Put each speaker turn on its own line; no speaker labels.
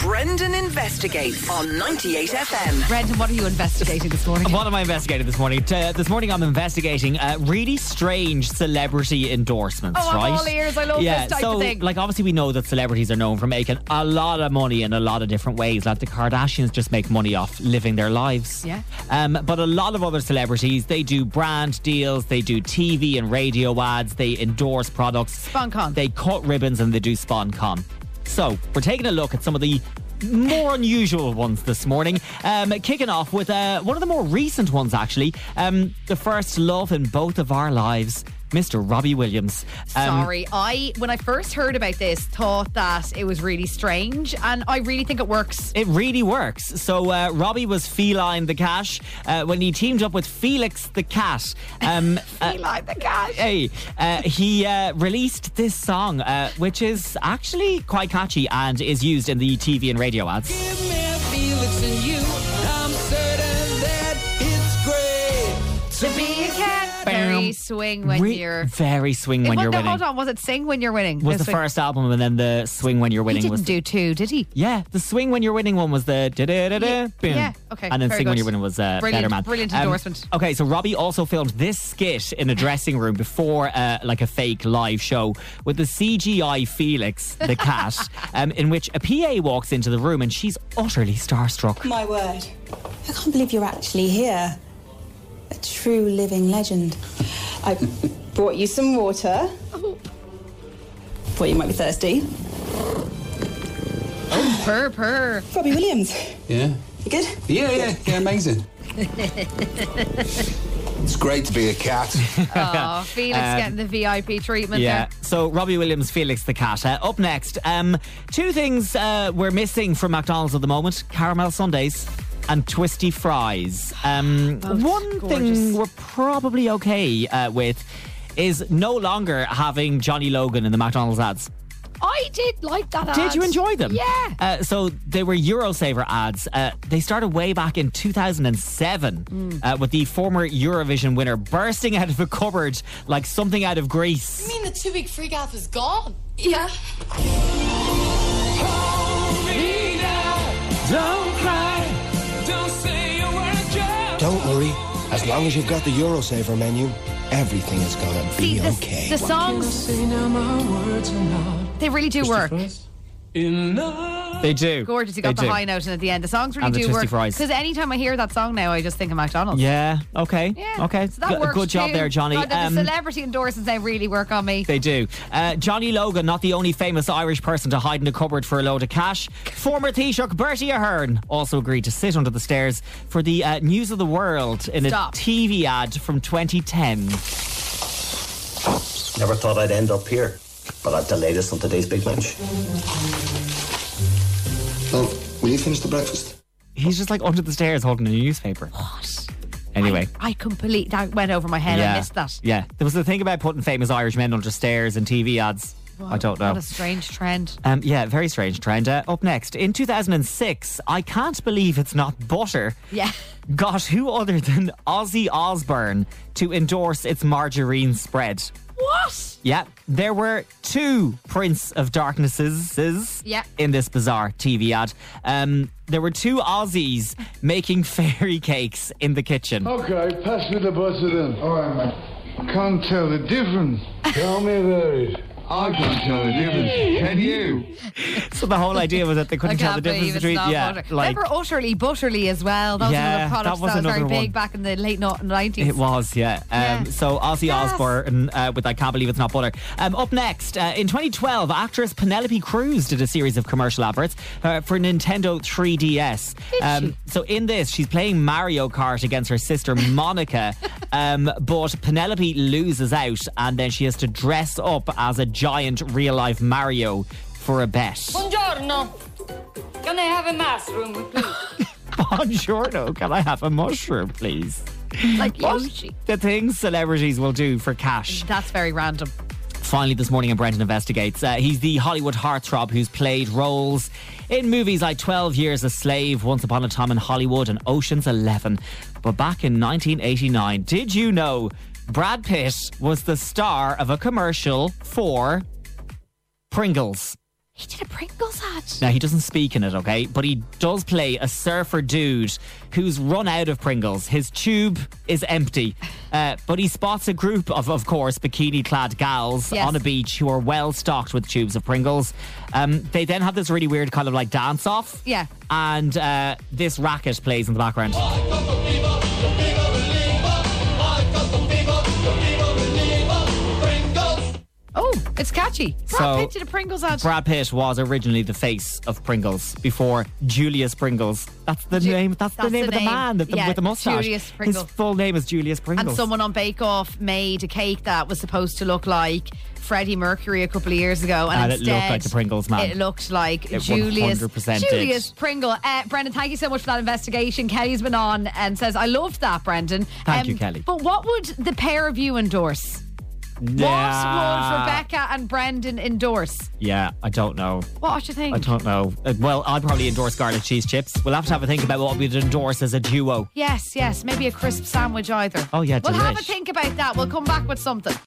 Brendan investigates on 98FM.
Brendan, what are you investigating this morning?
What am I investigating this morning? T- uh, this morning I'm investigating uh, really strange celebrity endorsements,
Oh, I'm
right?
all ears. I love
yeah,
this type
so,
of thing.
Like, obviously, we know that celebrities are known for making a lot of money in a lot of different ways. Like, the Kardashians just make money off living their lives.
Yeah.
Um, but a lot of other celebrities, they do brand deals, they do TV and radio ads, they endorse products.
SponCon.
They cut ribbons and they do SponCon. So we're taking a look at some of the more unusual ones this morning. Um, kicking off with uh, one of the more recent ones, actually. Um, the first love in both of our lives, Mr. Robbie Williams. Um,
Sorry, I when I first heard about this, thought that it was really strange, and I really think it works.
It really works. So uh, Robbie was feline the cash uh, when he teamed up with Felix the cat. Um, uh,
like the cash.
Hey, uh, he uh, released this song, uh, which is actually quite catchy and is used in the TV and radio ads.
Give me a Felix and you. I'm certain that it's great to be a cat.
Very
Bam.
swing when
Re-
you're.
very swing
It
when
was-
you're
no,
winning.
Hold on, was it sing when you're winning?
Was the
This week?
first album, and then the swing when you're
He
winning
didn't
was.
do two, did he?
yeah, the swing when you're winning one was the da da da da boom.
yeah, okay,
And then
very
swing when
good.
you're winning was uh,
Brilliant-
better man.
brilliant endorsement.
Okay, so Robbie also filmed this skit in a dressing room before uh, like a fake live show with the CGI Felix the cat, um, in which a PA walks into the room and she's utterly starstruck.
My word. I can't believe you're actually here. A true living legend. I brought you some water. Thought you might be thirsty.
Purr, purr.
Robbie Williams.
Yeah.
You good?
Yeah, yeah, yeah, amazing. it's great to be a cat.
Oh, Felix getting the VIP treatment
Uh, Yeah.
there.
So Robbie Williams, Felix the Cat. Uh, up next, um, two things uh, we're missing from McDonald's at the moment: caramel sundaes and twisty fries. Um,
Both
one
Oh, gorgeous.
thing we're probably okay uh, with is no longer having Johnny Logan in the McDonald's ads.
I did like that.
Did
ad.
you enjoy them?
Yeah.
Uh, so they were Eurosaver ads. Uh, they started way back in 2007
Mm.
uh, with the former Eurovision winner bursting out of a cupboard like something out of Greece.
mean the two week freak off is gone?
Yeah.
Don't cry. Don't say a word, just
Don't worry. As long as you've got the Eurosaver menu, everything is gonna
See,
be
the,
okay.
the songs,
say now my words are not
they really do work.
enough.
They do.
Gorgeous, you got
They
the
do.
high note and at the end. The songs really
And the
do
twisty
work.
fries.
Because anytime I hear that song now, I just think of McDonald's.
Yeah. Okay.
Yeah.
Okay.
So that
Good-
works
Good job
too.
there, Johnny.
God, the-
Um,
the celebrity endorsements they really work on me.
they do. Uh, Johnny Logan, not the only famous Irish person to hide in a cupboard for a load of cash. Former Taoiseach Bertie Ahern also agreed to sit under the stairs for the uh, News of the World in
Stop.
a TV ad from 2010.
Never thought I'd end up here, but I've the latest on today's big lunch.
Love, Oh, will you finish the breakfast?
He's just like under the stairs holding a newspaper.
What?
Anyway.
I completely that went over my head. I missed that.
Yeah. There was the thing about putting famous Irish men under stairs in TV ads. I don't know.
What a strange trend.
Um, yeah, very strange trend. Uh, up next, in 2006, I can't believe it's not butter.
Yeah.
Got who other than Ozzy Osbourne to endorse its margarine spread?
What?
Yeah, there were two Prince of Darknesses
Yeah.
in this bizarre TV ad. Um, there were two Aussies making fairy cakes in the kitchen.
Oh.
Okay, pass me the butter then. All right, mate. Can't tell the difference. tell me there is. I can't tell the difference. Can you?
So the whole idea was that they
I
couldn't tell the
can't
difference
believe it's
between
not
yeah,
butter.
like
Remember Utterly Butterly as well? That was
Yeah,
another product
that was
that was very
another one.
big back in the late no- 90s.
It was, yeah. Um,
Yeah.
So Ozzy
Yes.
Osbourne uh, with I Can't Believe It's Not Butter. Um, up next, uh, in 2012, actress Penelope Cruz did a series of commercial adverts uh, for Nintendo 3DS. Um, so in this, she's playing Mario Kart against her sister Monica, um, but Penelope loses out and then she has to dress up as a giant real life Mario for a bet.
Buongiorno. Can I have a mushroom, please?
Buongiorno, can I have a mushroom, please?
like Yoshi.
The things celebrities will do for cash.
That's very random.
Finally, this morning, in Brendan Investigates, uh, he's the Hollywood heartthrob who's played roles in movies like 12 Years a Slave, Once Upon a Time in Hollywood, and Ocean's Eleven. But back in 1989, did you know Brad Pitt was the star of a commercial for Pringles?
He did a Pringles ad.
Now, he doesn't speak in it, okay? But he does play a surfer dude who's run out of Pringles. His tube is empty. Uh, but he spots a group of, of course, bikini clad gals
Yes.
on a beach who are well stocked with tubes of Pringles. Um, they then have this really weird kind of like dance off.
Yeah.
And uh, this racket plays in the background.
Oh, it's catchy. Brad
So-
Pitt did a Pringles ad.
Brad Pitt was originally the face of Pringles before Julius Pringles. That's the
Ju-
name. That's, the
that's
name
the
of the
name.
man that the,
Yeah,
with the mustache.
Julius
His
Pringle.
full name is Julius Pringles.
and someone on Bake Off made a cake that was supposed to look like Freddie Mercury a couple of years ago, and,
And it looked
instead
like the Pringles man.
It looked like
It
Julius
100% did.
Julius Pringle. Uh, Brendan, thank you so much for that investigation. Kelly's been on and says, "I loved that, Brendan." Um,
Thank you, Kelly.
But what would the pair of you endorse? What would Rebecca and Brendan endorse?
Yeah, I don't know.
What do you think?
I don't know. Uh, Well, I'd probably endorse garlic cheese chips. We'll have to have a think about what we'd endorse as a duo.
Yes, yes, maybe a crisp sandwich either.
Oh, yeah,
We'll have a
delish.
think about that. We'll come back with something.